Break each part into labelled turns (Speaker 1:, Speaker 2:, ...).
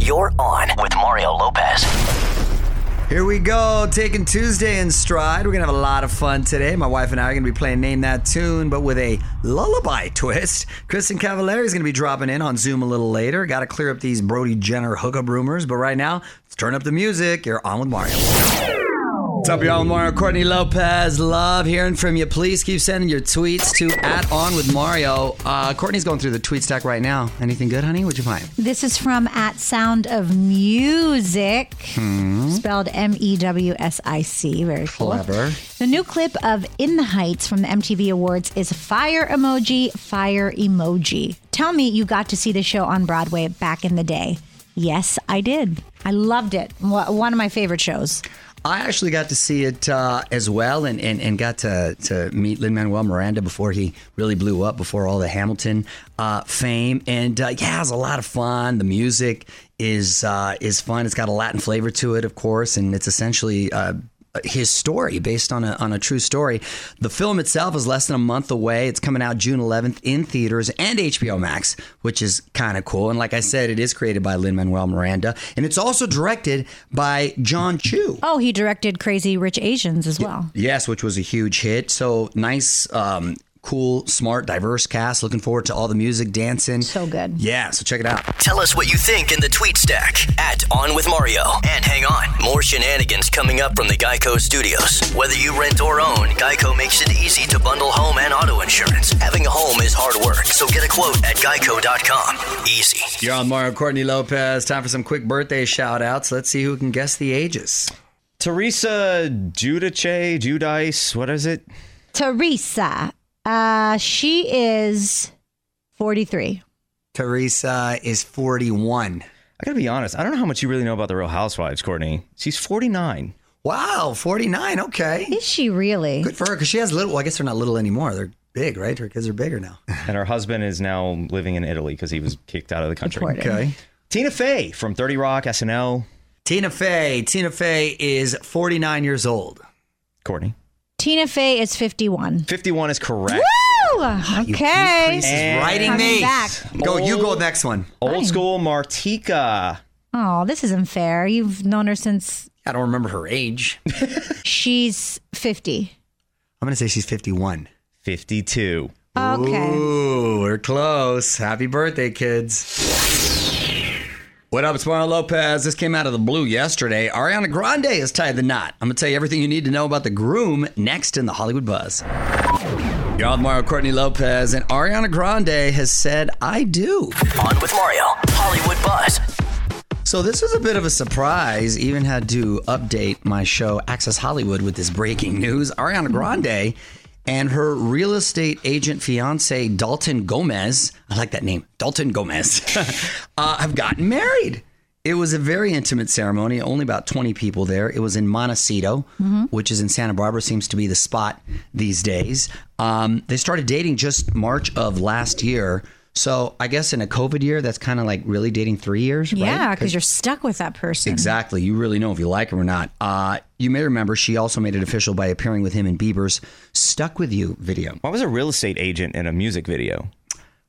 Speaker 1: You're on with Mario Lopez.
Speaker 2: Here we go, taking Tuesday in stride. We're gonna have a lot of fun today. My wife and I are gonna be playing Name That Tune, but with a lullaby twist. Kristen Cavallari is gonna be dropping in on Zoom a little later. Gotta clear up these Brody Jenner hookup rumors, but right now, let's turn up the music. You're on with Mario. What's up, y'all? I'm Mario Courtney Lopez. Love hearing from you. Please keep sending your tweets to at on with Mario. Uh, Courtney's going through the tweet stack right now. Anything good, honey? What'd you find?
Speaker 3: This is from at Sound of Music, spelled M E W S I C. Very cool.
Speaker 2: Hmm. Clever.
Speaker 3: The new clip of In the Heights from the MTV Awards is fire emoji, fire emoji. Tell me you got to see the show on Broadway back in the day. Yes, I did. I loved it. Wa- One of my favorite shows.
Speaker 2: I actually got to see it uh, as well and, and, and got to, to meet Lin Manuel Miranda before he really blew up, before all the Hamilton uh, fame. And uh, yeah, it was a lot of fun. The music is uh, is fun. It's got a Latin flavor to it, of course, and it's essentially uh, his story based on a, on a true story. The film itself is less than a month away. It's coming out June 11th in theaters and HBO Max, which is kind of cool. And like I said, it is created by Lin Manuel Miranda, and it's also directed by John Chu.
Speaker 3: Oh, he directed Crazy Rich Asians as well.
Speaker 2: Yes, which was a huge hit. So nice, um, cool, smart, diverse cast. Looking forward to all the music, dancing.
Speaker 3: So good.
Speaker 2: Yeah, so check it out.
Speaker 1: Tell us what you think in the tweet stack at On With Mario. And hang on, more shenanigans coming up from the Geico Studios. Whether you rent or own, Geico makes it easy to bundle home and auto insurance. Having a home is hard work, so get a quote at geico.com. Easy.
Speaker 2: You're on Mario Courtney Lopez. Time for some quick birthday shout outs. Let's see who can guess the ages.
Speaker 4: Teresa Judice, Judice, what is it?
Speaker 3: Teresa. Uh, she is 43.
Speaker 2: Teresa is 41.
Speaker 4: I gotta be honest. I don't know how much you really know about the Real Housewives, Courtney. She's 49.
Speaker 2: Wow, 49. Okay.
Speaker 3: Is she really?
Speaker 2: Good for her because she has little. Well, I guess they're not little anymore. They're big, right? Her kids are bigger now.
Speaker 4: And her husband is now living in Italy because he was kicked out of the country.
Speaker 3: Deported.
Speaker 2: Okay.
Speaker 4: Tina Fey from 30 Rock, SNL.
Speaker 2: Tina Fey. Tina Fey is 49 years old.
Speaker 4: Courtney.
Speaker 3: Tina Fey is 51.
Speaker 4: 51 is correct.
Speaker 3: Woo! Okay.
Speaker 2: This is
Speaker 4: And-
Speaker 2: writing
Speaker 3: Coming
Speaker 2: me.
Speaker 3: back.
Speaker 2: Go, you go next one.
Speaker 4: Old school Martika.
Speaker 3: Oh, this isn't fair. You've known her since
Speaker 2: I don't remember her age. I'm
Speaker 3: she's 50.
Speaker 2: gonna say she's 51.
Speaker 4: 52.
Speaker 3: Okay.
Speaker 2: Ooh, we're close. Happy birthday, kids. What up, it's Mario Lopez. This came out of the blue yesterday. Ariana Grande has tied the knot. I'm going to tell you everything you need to know about the groom next in the Hollywood Buzz. You're on with Mario Courtney Lopez, and Ariana Grande has said, I do.
Speaker 1: On With Mario, Hollywood Buzz.
Speaker 2: So this was a bit of a surprise. Even had to update my show Access Hollywood with this breaking news. Ariana Grande and her real estate agent fiance Dalton Gomez, I like that name, Dalton Gomez, uh, have gotten married. It was a very intimate ceremony, only about 20 people there. It was in Montecito, which is in Santa Barbara, seems to be the spot these days. Um, they started dating just March of last year. So I guess in a COVID year, that's kind of like really dating three years, right?
Speaker 3: Yeah, because you're stuck with that person.
Speaker 2: Exactly. You really know if you like him or not. Uh, you may remember she also made it official by appearing with him in Bieber's Stuck With You video.
Speaker 4: Why was a real estate agent in a music video?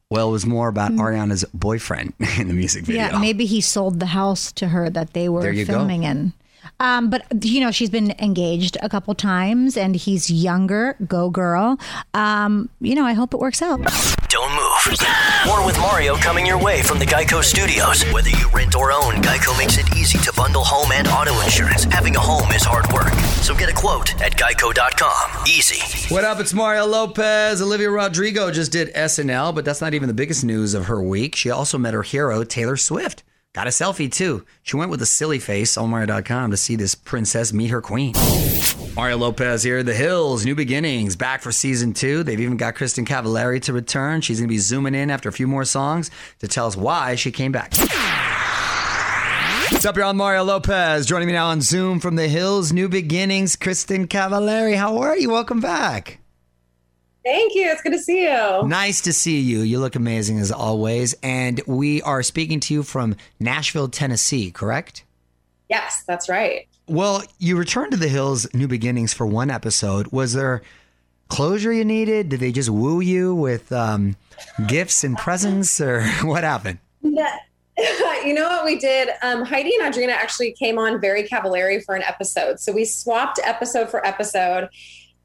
Speaker 2: Well, it was more about Ariana's boyfriend in the music video.
Speaker 3: Mm. Yeah, maybe he sold the house to her that they were
Speaker 2: There you go.
Speaker 3: filming in. Um, but you know, she's been engaged a couple times, and he's younger. Go girl. Um, you know, I hope it works out.
Speaker 1: Don't move. More with Mario coming your way from the Geico Studios. Whether you rent or own, Geico makes it easy to bundle home and auto insurance. Having a home is hard work. So get a quote at geico.com. Easy.
Speaker 2: What up? It's Mario Lopez. Olivia Rodrigo just did SNL, but that's not even the biggest news of her week. She also met her hero, Taylor Swift. Got a selfie too. She went with a silly face on Mario.com to see this princess meet her queen. Mario Lopez here. The Hills, New Beginnings, back for season two. They've even got Kristen Cavallari to return. She's going to be zooming in after a few more songs to tell us why she came back. What's up, y'all? I'm Mario Lopez. Joining me now on Zoom from The Hills, New Beginnings, Kristen Cavallari. How are you? Welcome back.
Speaker 5: Thank you. It's good to see you.
Speaker 2: Nice to see you. You look amazing as always. And we are speaking to you from Nashville, Tennessee, correct?
Speaker 5: Yes, that's right.
Speaker 2: Well, you returned to the Hills New Beginnings for one episode. Was there closure you needed? Did they just woo you with um, gifts and presents or what happened?
Speaker 5: No, you know what we did? Um, Heidi and Audrina actually came on very Cavallari for an episode. So we swapped episode for episode.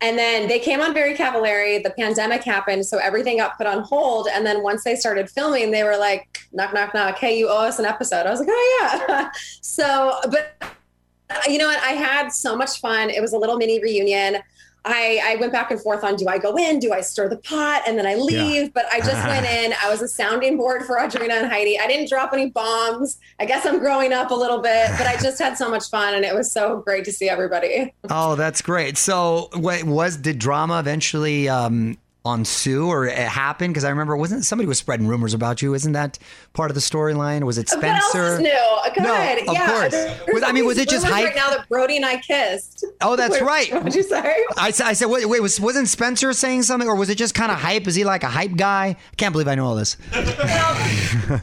Speaker 5: And then they came on very Cavallari. The pandemic happened. So everything got put on hold. And then once they started filming, they were like, knock, knock, knock. Hey, you owe us an episode. I was like, oh, yeah. so, but you know what? I had so much fun. It was a little mini reunion. I, I went back and forth on do I go in, do I stir the pot, and then I leave. But I just went in. I was a sounding board for Audrina and Heidi. I didn't drop any bombs. I guess I'm growing up a little bit, but I just had so much fun, and it was so great to see everybody.
Speaker 2: Oh, that's great. So, wait, was did drama eventually um, ensue or it happened? Because I remember wasn't somebody was spreading rumors about you? Isn't that part of the storyline? Was it
Speaker 5: What else
Speaker 2: Spencer?
Speaker 5: is new? Good.
Speaker 2: No, of
Speaker 5: yeah.
Speaker 2: course.
Speaker 5: there's
Speaker 2: Was- I mean, was it just
Speaker 5: rumors
Speaker 2: hype?
Speaker 5: right now that Brody and I kissed?
Speaker 2: Oh, that's
Speaker 5: Wait,
Speaker 2: right.
Speaker 5: What'd you say?
Speaker 2: I, s- I said, wait, wait, was wasn't Spencer saying something, or was it just kind of hype? Is he like a hype guy? Can't believe I know all this.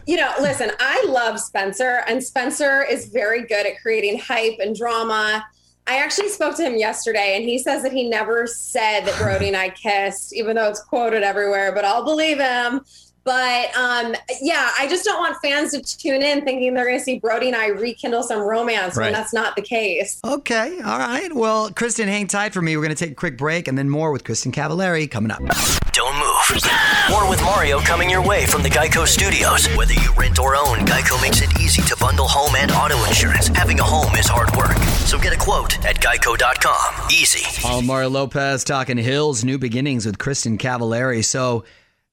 Speaker 5: you know, listen, I love Spencer, and Spencer is very good at creating hype and drama. I actually spoke to him yesterday, and he says that he never said that Brody and I kissed, even though it's quoted everywhere, but I'll believe him. But um, yeah, I just don't want fans to tune in thinking they're going to see Brody and I rekindle some romance
Speaker 2: Right.
Speaker 5: when that's not the case.
Speaker 2: Okay, all right. Well, Kristen, hang tight for me. We're going to take a quick break and then more with Kristen Cavallari coming up.
Speaker 1: Don't move. More with Mario coming your way from the Geico Studios. Whether you rent or own, Geico makes it easy to bundle home and auto insurance. Having a home is hard work. So get a quote at geico.com. Easy.
Speaker 2: All Mario Lopez talking Hills, new beginnings with Kristen Cavallari. So,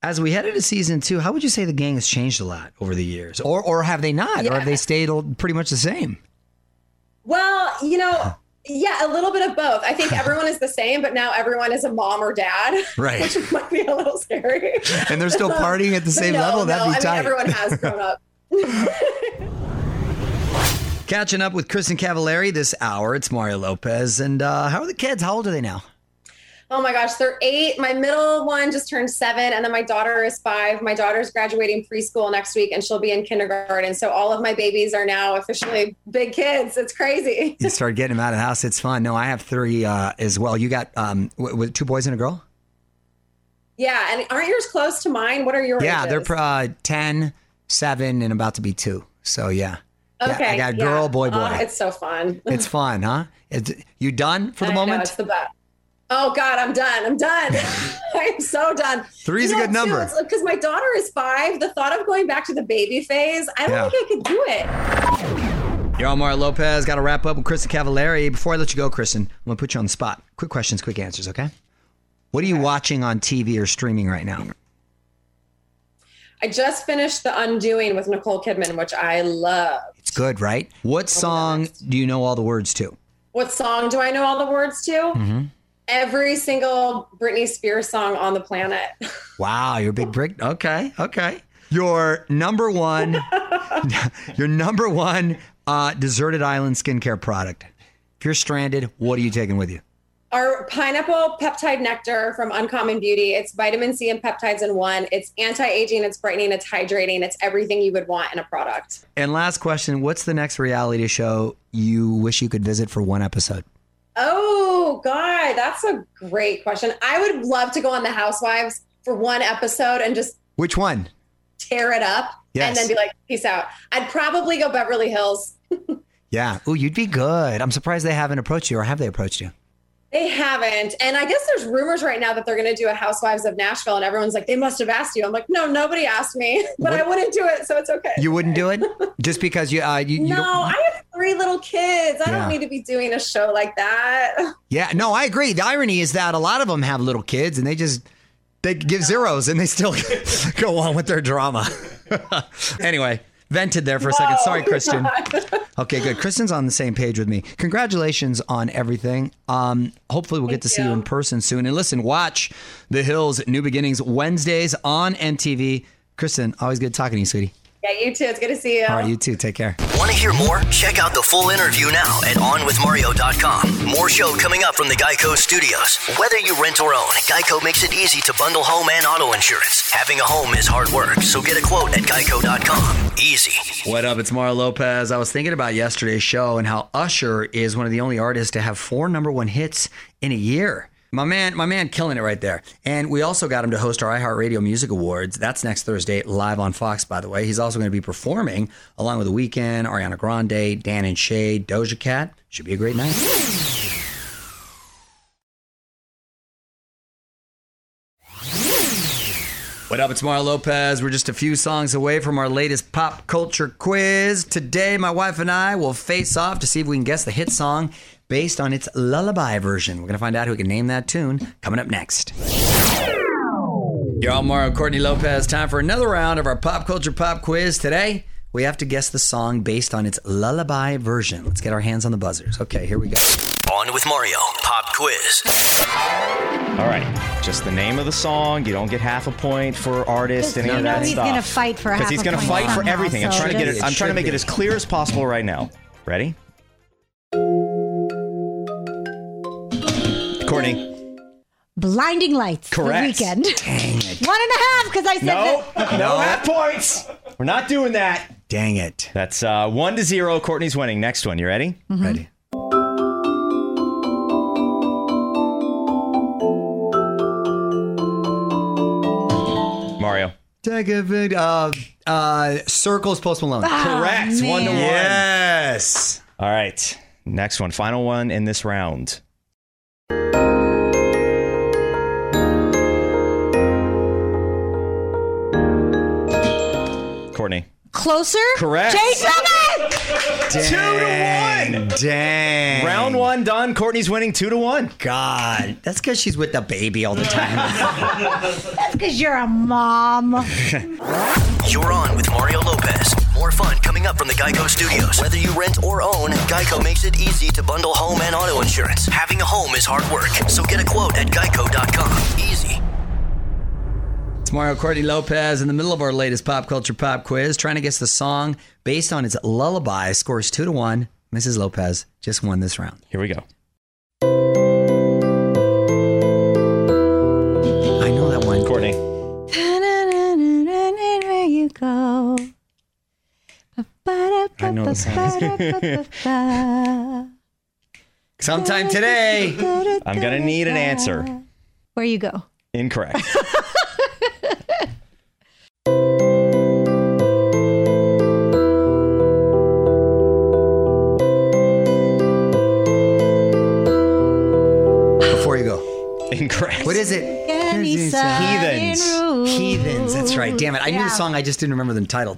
Speaker 2: as we head into season two, how would you say the gang has changed a lot over the years, or or have they not, or have they stayed all- pretty much the same?
Speaker 5: Well, you know, yeah, a little bit of both. I think everyone is the same, but now everyone is a mom or dad,
Speaker 2: Right.
Speaker 5: which might be a little scary.
Speaker 2: And they're still partying at the
Speaker 5: But
Speaker 2: same
Speaker 5: no,
Speaker 2: level. That'd
Speaker 5: no,
Speaker 2: be
Speaker 5: I
Speaker 2: tight.
Speaker 5: Mean, everyone has grown up.
Speaker 2: Catching up with Kristen Cavallari this hour. It's Mario Lopez, and uh, how are the kids? How old are they now?
Speaker 5: Oh my gosh, they're eight. My middle one just turned seven, and then my daughter is five. My daughter's graduating preschool next week, and she'll be in kindergarten. So all of my babies are now officially big kids. It's crazy.
Speaker 2: You start getting them out of the house. It's fun. No, I have three uh, as well. You got um, w- w- two boys and a girl.
Speaker 5: Yeah, and aren't yours close to mine? What are your
Speaker 2: Yeah,
Speaker 5: ages?
Speaker 2: they're pr- uh, 10, 7, and about to be two. So yeah, Yeah,
Speaker 5: okay.
Speaker 2: I got a
Speaker 5: yeah.
Speaker 2: girl, boy, boy.
Speaker 5: Oh, it's so fun.
Speaker 2: It's fun, huh? It's, you done for the
Speaker 5: I know,
Speaker 2: moment?
Speaker 5: it's the best. Oh God, I'm done. I'm done. I'm so done.
Speaker 2: Three's a good number.
Speaker 5: Because my daughter is five. The thought of going back to the baby phase, I don't
Speaker 2: Yeah.
Speaker 5: think I could do it.
Speaker 2: You're on Mario Lopez. Got to wrap up with Kristen Cavallari. Before I let you go, Kristen, I'm gonna put you on the spot. Quick questions, quick answers. Okay. What are you watching on TV or streaming right now?
Speaker 5: I just finished The Undoing with Nicole Kidman, which I love.
Speaker 2: It's good, right? What song do you know all the words to?
Speaker 5: What song do I know all the words to? Every single Britney Spears song on the planet.
Speaker 2: Wow, you're a big brick. Okay, okay. Your number one, your number one uh, deserted island skincare product. If you're stranded, what are you taking with you?
Speaker 5: Our pineapple peptide nectar from Uncommon Beauty. It's vitamin C and peptides in one. It's anti aging, it's brightening, it's hydrating, it's everything you would want in a product.
Speaker 2: And last question: What's the next reality show you wish you could visit for one episode?
Speaker 5: Oh, God, that's a great question. I would love to go on The Housewives for one episode and just
Speaker 2: Which one?
Speaker 5: tear it up
Speaker 2: Yes.
Speaker 5: and then be like, peace out. I'd probably go Beverly Hills.
Speaker 2: Yeah. Oh, you'd be good. I'm surprised they haven't approached you, or have they approached you?
Speaker 5: They haven't. And I guess there's rumors right now that they're going to do a Housewives of Nashville, and everyone's like, they must have asked you. I'm like, no, nobody asked me, but I wouldn't do it. So it's okay.
Speaker 2: You wouldn't do it just because you. Uh, you, you
Speaker 5: no,
Speaker 2: don't-
Speaker 5: I have three little kids. I
Speaker 2: Yeah.
Speaker 5: don't need to be doing a show like that.
Speaker 2: Yeah. No, I agree. The irony is that a lot of them have little kids, and they just they give zeros, and they still go on with their drama. anyway, vented there for a second. Sorry, Kristen. Okay, good. Kristen's on the same page with me. Congratulations on everything. Um, hopefully, we'll get to see you
Speaker 5: you.
Speaker 2: in person soon. And listen, watch The Hills New Beginnings Wednesdays on MTV. Kristen, always good talking to you, sweetie.
Speaker 5: Yeah, you too. It's good to see you.
Speaker 2: All right, you too. Take care.
Speaker 1: Want to hear more? Check out the full interview now at onwithmario.com. More show coming up from the Geico Studios. Whether you rent or own, Geico makes it easy to bundle home and auto insurance. Having a home is hard work, so get a quote at geico.com. Easy.
Speaker 2: What up? It's Mara Lopez. I was thinking about yesterday's show and how Usher is one of the only artists to have four number one hits in a year. My man, my man, killing it right there. And we also got him to host our iHeartRadio Music Awards. That's next Thursday, live on Fox. By the way, he's also going to be performing along with The Weeknd, Ariana Grande, Dan and Shay, Doja Cat. Should be a great night. What up? It's Mario Lopez. We're just a few songs away from our latest pop culture quiz. Today, my wife and I will face off to see if we can guess the hit song based on its lullaby version. We're going to find out who can name that tune coming up next. You're all Mario Courtney Lopez. Time for another round of our pop culture pop quiz. Today, we have to guess the song based on its lullaby version. Let's get our hands on the buzzers. Okay, here we go.
Speaker 1: On with Mario. Pop quiz.
Speaker 4: All right, just the name of the song. You don't get half a point for artist, any
Speaker 3: You
Speaker 4: of
Speaker 3: know
Speaker 4: that
Speaker 3: he's
Speaker 4: stuff.
Speaker 3: gonna fight for half
Speaker 4: because he's
Speaker 3: a
Speaker 4: gonna
Speaker 3: point
Speaker 4: fight for
Speaker 3: somehow,
Speaker 4: everything. I'm
Speaker 3: so
Speaker 4: trying to get
Speaker 3: it
Speaker 4: it. I'm trying to
Speaker 2: should
Speaker 4: make it
Speaker 2: be.
Speaker 4: as clear as possible right now. Ready? Courtney,
Speaker 3: Blinding Lights.
Speaker 4: Correct.
Speaker 3: The weekend.
Speaker 2: Dang it.
Speaker 3: One and a half because I said
Speaker 4: no,
Speaker 3: that.
Speaker 4: no half points. We're not doing that.
Speaker 2: Dang it.
Speaker 4: That's uh, one to zero. Courtney's winning. Next one. You ready?
Speaker 2: Ready?
Speaker 4: Mario.
Speaker 2: Take a vid- uh, uh, circles Post Malone.
Speaker 4: Correct. One to one.
Speaker 3: man.
Speaker 2: Yes.
Speaker 4: All right. Next one. Final one in this round. Courtney.
Speaker 3: Closer.
Speaker 4: Correct.
Speaker 3: Jay Summit.
Speaker 4: to one!
Speaker 2: Dang.
Speaker 4: Round one done. Courtney's winning two to one.
Speaker 2: God, that's because she's with the baby all the time.
Speaker 3: That's because you're a mom.
Speaker 1: You're on with Mario Lopez. More fun coming up from the Geico Studios. Whether you rent or own, Geico makes it easy to bundle home and auto insurance. Having a home is hard work, so get a quote at geico.com. Easy.
Speaker 2: it's Mario Courtney Lopez in the middle of our latest pop culture pop quiz, trying to guess the song based on its lullaby. Scores two to one. Mrs. Lopez just won this round.
Speaker 4: Here we go.
Speaker 2: I know that one.
Speaker 4: Courtney.
Speaker 3: Where you go. I
Speaker 2: know the
Speaker 3: song.
Speaker 2: Sometime today.
Speaker 4: I'm going to need an answer.
Speaker 3: Where you go.
Speaker 4: Incorrect.
Speaker 2: Before you go,
Speaker 4: Incorrect.
Speaker 2: what is it?
Speaker 3: Any
Speaker 4: Heathens.
Speaker 3: sign rules.
Speaker 2: Heathens. That's right. Damn it. I knew
Speaker 3: Yeah.
Speaker 2: the song. I just didn't remember the title.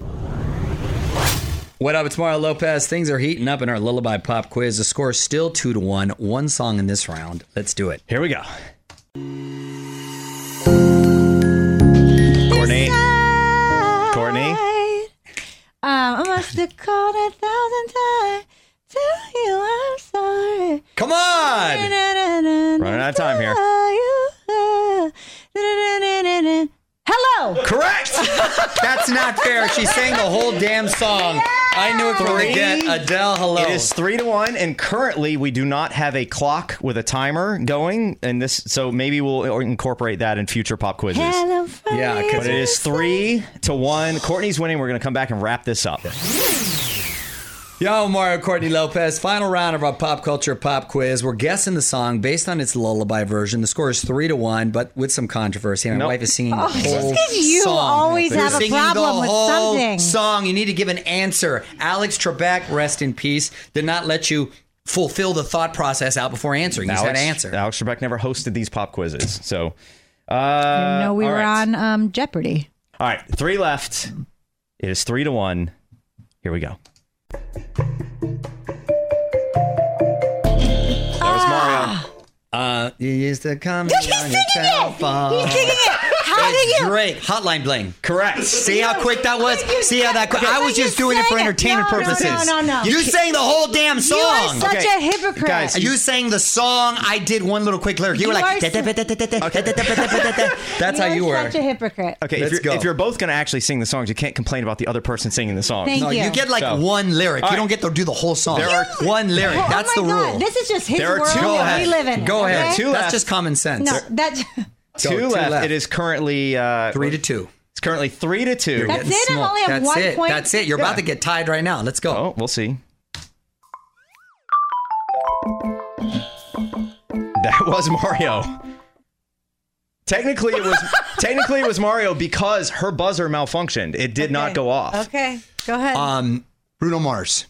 Speaker 2: What up? It's Mario Lopez. Things are heating up in our lullaby pop quiz. The score is still two to one. One song in this round. Let's do it.
Speaker 4: Here we go. Courtney. Courtney.
Speaker 3: Um, I must have called a thousand times. Tell you I'm sorry.
Speaker 2: Come on.
Speaker 3: Running
Speaker 4: Running out of time here.
Speaker 3: Hello.
Speaker 4: Correct.
Speaker 2: Oh. That's not fair. She sang the whole damn song. I knew it from the
Speaker 4: Three.
Speaker 2: get. Adele, hello.
Speaker 4: It is three to one, and currently we do not have a clock with a timer going, and this so maybe we'll incorporate that in future pop quizzes.
Speaker 3: Hello. from
Speaker 2: Yeah, 'cause
Speaker 4: But it is three to one. Courtney's winning. We're going to come back and wrap this up.
Speaker 2: Yo, Mario Courtney Lopez. Final round of our pop culture pop quiz. We're guessing the song based on its lullaby version. The score is three to one, but with some controversy. My
Speaker 4: Nope.
Speaker 2: wife is singing the whole
Speaker 3: 'cause Oh, you
Speaker 2: song.
Speaker 3: always
Speaker 2: You're
Speaker 3: have a
Speaker 2: singing
Speaker 3: problem
Speaker 2: the
Speaker 3: with
Speaker 2: whole
Speaker 3: something.
Speaker 2: Song. You need to give an answer. Alex Trebek, rest in peace, did not let you fulfill the thought process out before answering. You said answer.
Speaker 4: Alex Trebek never hosted these pop quizzes, so
Speaker 3: I
Speaker 4: uh,
Speaker 3: know we
Speaker 4: all
Speaker 3: were
Speaker 4: right.
Speaker 3: on um, Jeopardy.
Speaker 4: All right, three left. It is three to one. Here we go. That was Mario.
Speaker 2: Uh, you used to come.
Speaker 3: Dude, he's
Speaker 2: on
Speaker 3: singing
Speaker 2: your
Speaker 3: it.
Speaker 2: telephone.
Speaker 3: He's singing it. How did
Speaker 2: It's
Speaker 3: you?
Speaker 2: Drake, Hotline Bling.
Speaker 4: Correct.
Speaker 2: See how quick that was?
Speaker 3: You-
Speaker 2: See how that quick?
Speaker 3: I
Speaker 2: I was
Speaker 3: thought you
Speaker 2: just doing it for
Speaker 3: sang it.
Speaker 2: entertainment
Speaker 3: No, no,
Speaker 2: purposes.
Speaker 3: no, no, no.
Speaker 2: You sang the whole damn
Speaker 3: You are
Speaker 2: song.
Speaker 3: such
Speaker 4: Okay.
Speaker 3: a hypocrite.
Speaker 4: Guys,
Speaker 2: You sang the song. I did one little quick lyric. You, were
Speaker 3: You
Speaker 2: like,
Speaker 3: are su-
Speaker 2: that's how
Speaker 3: are
Speaker 2: you were.
Speaker 3: Such a hypocrite.
Speaker 4: Okay,
Speaker 2: Let's
Speaker 4: if you're,
Speaker 2: go.
Speaker 4: if you're both going to actually sing the songs, you can't complain about the other person singing the songs.
Speaker 3: Thank
Speaker 2: No, you
Speaker 3: you.
Speaker 2: get like
Speaker 4: So-
Speaker 2: one lyric. You
Speaker 4: All right.
Speaker 2: don't get to do the whole song.
Speaker 4: There are-
Speaker 2: one lyric.
Speaker 3: Oh,
Speaker 2: that's
Speaker 3: oh
Speaker 2: the
Speaker 3: my
Speaker 2: rule.
Speaker 3: God. This is just his
Speaker 4: There are
Speaker 3: world
Speaker 4: two-
Speaker 2: Go
Speaker 4: Go
Speaker 3: that we live in.
Speaker 2: ahead. Go ahead.
Speaker 3: okay?
Speaker 4: Two
Speaker 2: That's
Speaker 4: left.
Speaker 2: just common sense.
Speaker 3: No, that,
Speaker 4: Two,
Speaker 2: Go, two
Speaker 4: left.
Speaker 2: left.
Speaker 4: It is currently uh,
Speaker 2: Three to two.
Speaker 4: It's currently three to two.
Speaker 3: That's
Speaker 2: Getting
Speaker 3: it? I'm
Speaker 2: small.
Speaker 3: only at
Speaker 2: That's
Speaker 3: one
Speaker 2: it.
Speaker 3: point?
Speaker 2: That's it. You're about
Speaker 4: Yeah.
Speaker 2: to get tied right now. Let's go.
Speaker 4: Oh, we'll see. That was Mario. Technically, it was technically it was Mario because her buzzer malfunctioned. It did not
Speaker 6: Okay.
Speaker 4: go off. Uh,
Speaker 6: Okay, go ahead.
Speaker 2: Um, Bruno Mars.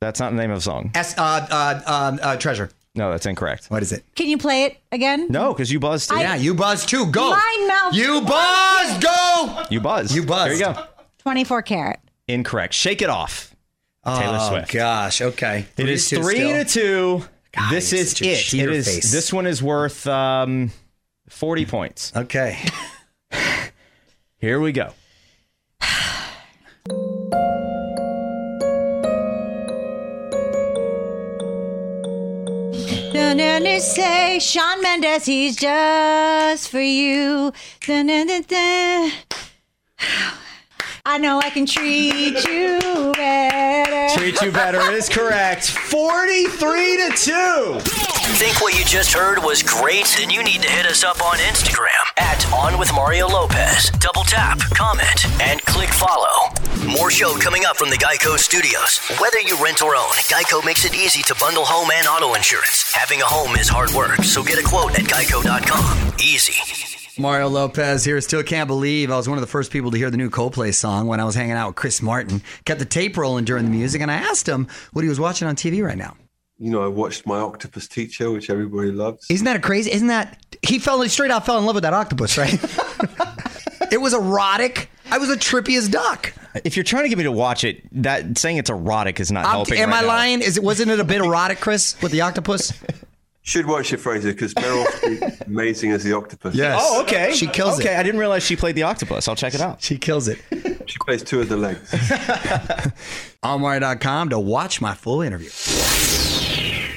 Speaker 4: That's not the name of the song.
Speaker 2: S, uh, uh, um, uh, treasure.
Speaker 4: No, that's incorrect.
Speaker 2: What is it?
Speaker 3: Can you play it again?
Speaker 4: No, because you buzzed.
Speaker 2: yeah, you buzz too. Go.
Speaker 3: Mine mouth-
Speaker 2: You buzz. Go.
Speaker 4: you buzzed.
Speaker 2: You buzzed.
Speaker 4: There you go.
Speaker 3: 24 karat.
Speaker 4: Incorrect. Shake it off. Taylor
Speaker 2: oh
Speaker 4: Swift.
Speaker 2: gosh. Okay.
Speaker 4: It is
Speaker 2: two
Speaker 4: three
Speaker 2: still.
Speaker 4: to two.
Speaker 2: God,
Speaker 4: this
Speaker 2: you're
Speaker 4: is
Speaker 2: such a
Speaker 4: it. It
Speaker 2: cheater
Speaker 4: is.
Speaker 2: face.
Speaker 4: This one is worth um, forty points.
Speaker 2: Okay.
Speaker 4: Here we go.
Speaker 3: Dun-dun-dun, say Sean Mendes, he's just for you. Dun-dun-dun-dun. I know I can treat you better.
Speaker 4: Treat you better is correct. Forty-three to two.
Speaker 1: Think what you just heard was great? Then you need to hit us up on Instagram at On With Mario Lopez. Double tap, comment, and click follow. More show coming up from the Geico Studios. Whether you rent or own, Geico makes it easy to bundle home and auto insurance. Having a home is hard work, so get a quote at geico.com. Easy.
Speaker 2: Mario Lopez here. Still can't believe I was one of the first people to hear the new Coldplay song when I was hanging out with Chris Martin. Kept the tape rolling during the music, and I asked him what he was watching on TV right now.
Speaker 7: You know, I watched My Octopus Teacher, which everybody loves.
Speaker 2: Isn't that a crazy? Isn't that he fell he straight out fell in love with that octopus, right? it was erotic. I was a trippy as duck.
Speaker 4: If you're trying to get me to watch it, that saying it's erotic is not
Speaker 2: I'm-
Speaker 4: helping.
Speaker 2: am
Speaker 4: right
Speaker 2: I
Speaker 4: now.
Speaker 2: lying? Is it wasn't it a bit erotic, Chris, with the octopus?
Speaker 7: Should watch it, Fraser, because Meryl Streep's amazing as the octopus.
Speaker 2: Yes.
Speaker 4: Oh, okay.
Speaker 2: She kills
Speaker 4: okay,
Speaker 2: it.
Speaker 4: I didn't realize she played the octopus. I'll check it out.
Speaker 2: She kills it.
Speaker 7: She plays two of the legs.
Speaker 2: OnWire.com to watch my full interview.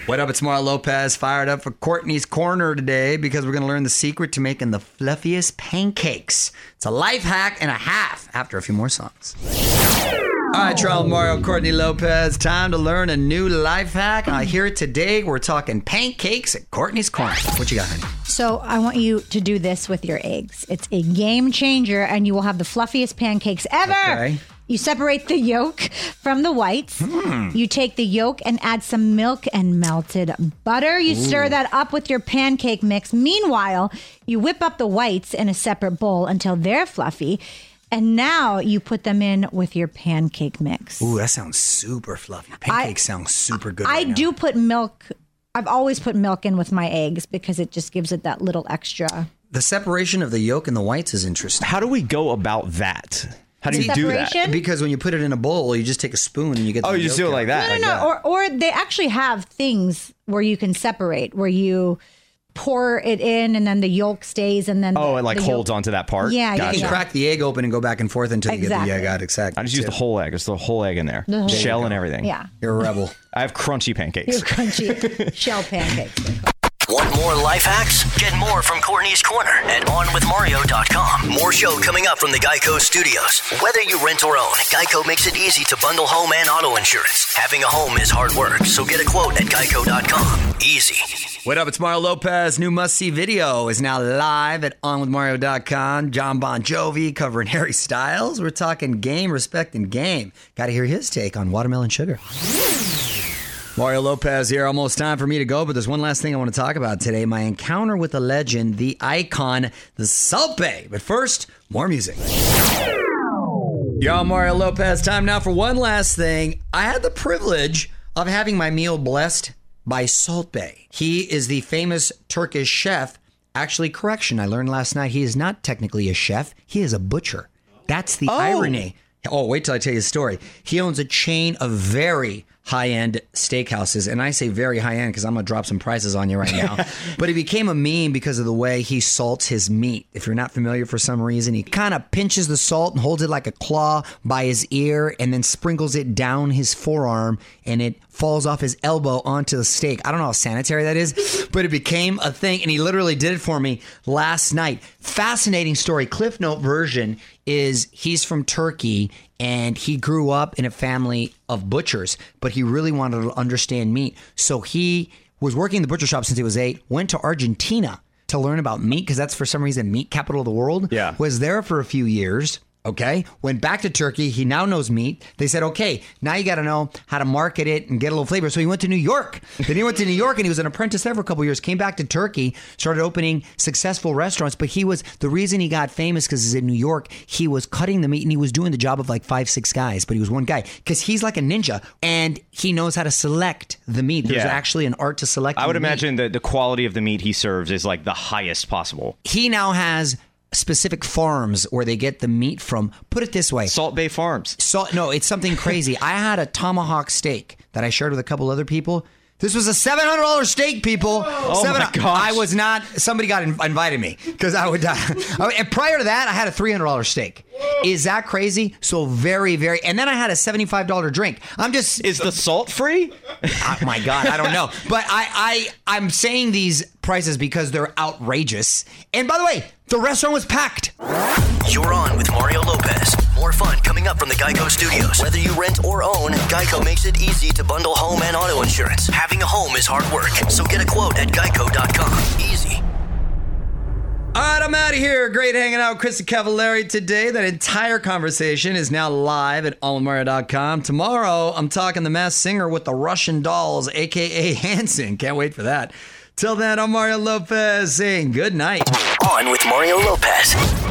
Speaker 2: What up? It's Mario Lopez, fired up for Courtney's Corner today because we're going to learn the secret to making the fluffiest pancakes. It's a life hack and a half after a few more songs. All right, Trial Mario Courtney Lopez, time to learn a new life hack. I hear it today. We're talking pancakes at Courtney's Corner. What you got, honey?
Speaker 3: So I want you to do this with your eggs. It's a game changer, and you will have the fluffiest pancakes ever.
Speaker 2: Okay.
Speaker 3: You separate the yolk from the whites.
Speaker 2: Hmm.
Speaker 3: You take the yolk and add some milk and melted butter. You stir that up with your pancake mix. Meanwhile, you whip up the whites in a separate bowl until they're fluffy. And now you put them in with your pancake mix.
Speaker 2: Ooh, that sounds super fluffy. Pancakes sound super good.
Speaker 3: I
Speaker 2: right now.
Speaker 3: do put milk. I've always put milk in with my eggs because it just gives it that little extra.
Speaker 2: The separation of the yolk and the whites is interesting.
Speaker 4: How do we go about that? How do you do that?
Speaker 3: Separation?
Speaker 2: Because when you put it in a bowl, you just take a spoon and you get.
Speaker 4: Oh,
Speaker 2: the
Speaker 4: you just do
Speaker 2: yolk
Speaker 4: it
Speaker 2: out.
Speaker 4: like that.
Speaker 3: No, no, no. Or, or they actually have things where you can separate, where you pour it in and then the yolk stays and then.
Speaker 4: Oh,
Speaker 3: the,
Speaker 4: it like
Speaker 3: the
Speaker 4: holds
Speaker 3: yolk.
Speaker 4: onto that part.
Speaker 3: Yeah,
Speaker 4: gotcha.
Speaker 3: yeah,
Speaker 2: You can
Speaker 3: yeah.
Speaker 2: crack the egg open and go back and forth until you get the
Speaker 3: Exactly.
Speaker 2: egg out. Exactly.
Speaker 4: I just use the whole egg. It's the whole egg in there,
Speaker 3: whole
Speaker 4: shell and everything.
Speaker 3: Yeah.
Speaker 2: You're a rebel.
Speaker 4: I have crunchy pancakes.
Speaker 3: Crunchy shell pancakes.
Speaker 1: Want more life hacks? Get more from Courtney's Corner at OnWithMario.com. More show coming up from the Geico Studios. Whether you rent or own, Geico makes it easy to bundle home and auto insurance. Having a home is hard work, so get a quote at Geico.com. Easy.
Speaker 2: what up? It's Mario Lopez. New must see video is now live at onwithmario.com. John Bon Jovi covering Harry Styles. We're talking game, respect, and game. Got to hear his take on watermelon sugar. Mario Lopez here. Almost time for me to go, but there's one last thing I want to talk about today my encounter with the legend, the icon, the Salpe. But first, more music. Y'all, Mario Lopez. Time now for one last thing. I had the privilege of having my meal blessed by Salt Bey. He is the famous Turkish chef. Actually, correction, I learned last night he is not technically a chef, he is a butcher. That's the irony. Oh, wait till I tell you the story. He owns a chain of very high end steakhouses. And I say very high end because I'm going to drop some prices on you right now. but it became a meme because of the way he salts his meat. If you're not familiar for some reason, he kind of pinches the salt and holds it like a claw by his ear and then sprinkles it down his forearm and it falls off his elbow onto the steak. I don't know how sanitary that is, but it became a thing. And he literally did it for me last night. Fascinating story. Cliff Note version is he's from Turkey and he grew up in a family of butchers, but he really wanted to understand meat. So he was working in the butcher shop since he was eight, went to Argentina to learn about meat because that's for some reason meat capital of the world.
Speaker 4: Yeah.
Speaker 2: Was there for a few years. Okay, went back to Turkey. He now knows meat. They said, okay, now you got to know how to market it and get a little flavor. So he went to New York. Then he went to New York and he was an apprentice there for a couple years. Came back to Turkey, started opening successful restaurants. But he was the reason he got famous because he's in New York. He was cutting the meat and he was doing the job of like five, six guys, but he was one guy because he's like a ninja and he knows how to select the meat. There's
Speaker 4: Yeah.
Speaker 2: actually an art to select.
Speaker 4: I would imagine that the quality of the meat he serves is like the highest possible.
Speaker 2: he now has specific farms where they get the meat from. Put it this way.
Speaker 4: Salt Bay Farms.
Speaker 2: So no, it's something crazy. I had a tomahawk steak that I shared with a couple other people. This was a seven hundred dollar steak, people. Oh
Speaker 4: my gosh.
Speaker 2: I was not. Somebody got in, invited me because I would die. I mean, and prior to that, I had a three hundred dollar steak. Is that crazy? So very, very. And then I had a seventy five dollar drink. I'm just.
Speaker 4: Is the salt free?
Speaker 2: Oh my god, I don't know. But I, I, I'm saying these prices because they're outrageous. And by the way, the restaurant was packed.
Speaker 1: You're on with Mario Lopez. More fun coming up from the Geico Studios. Whether you rent or own, Geico makes it easy to bundle home and auto insurance. Having a home is hard work, so get a quote at geico.com. Easy.
Speaker 2: All right, I'm out of here. Great hanging out with Krista Cavallari today. That entire conversation is now live at almamaria.com. Tomorrow, I'm talking the mass singer with the Russian dolls, aka Hanson. Can't wait for that. Till then, I'm Mario Lopez saying good night.
Speaker 1: On with Mario Lopez.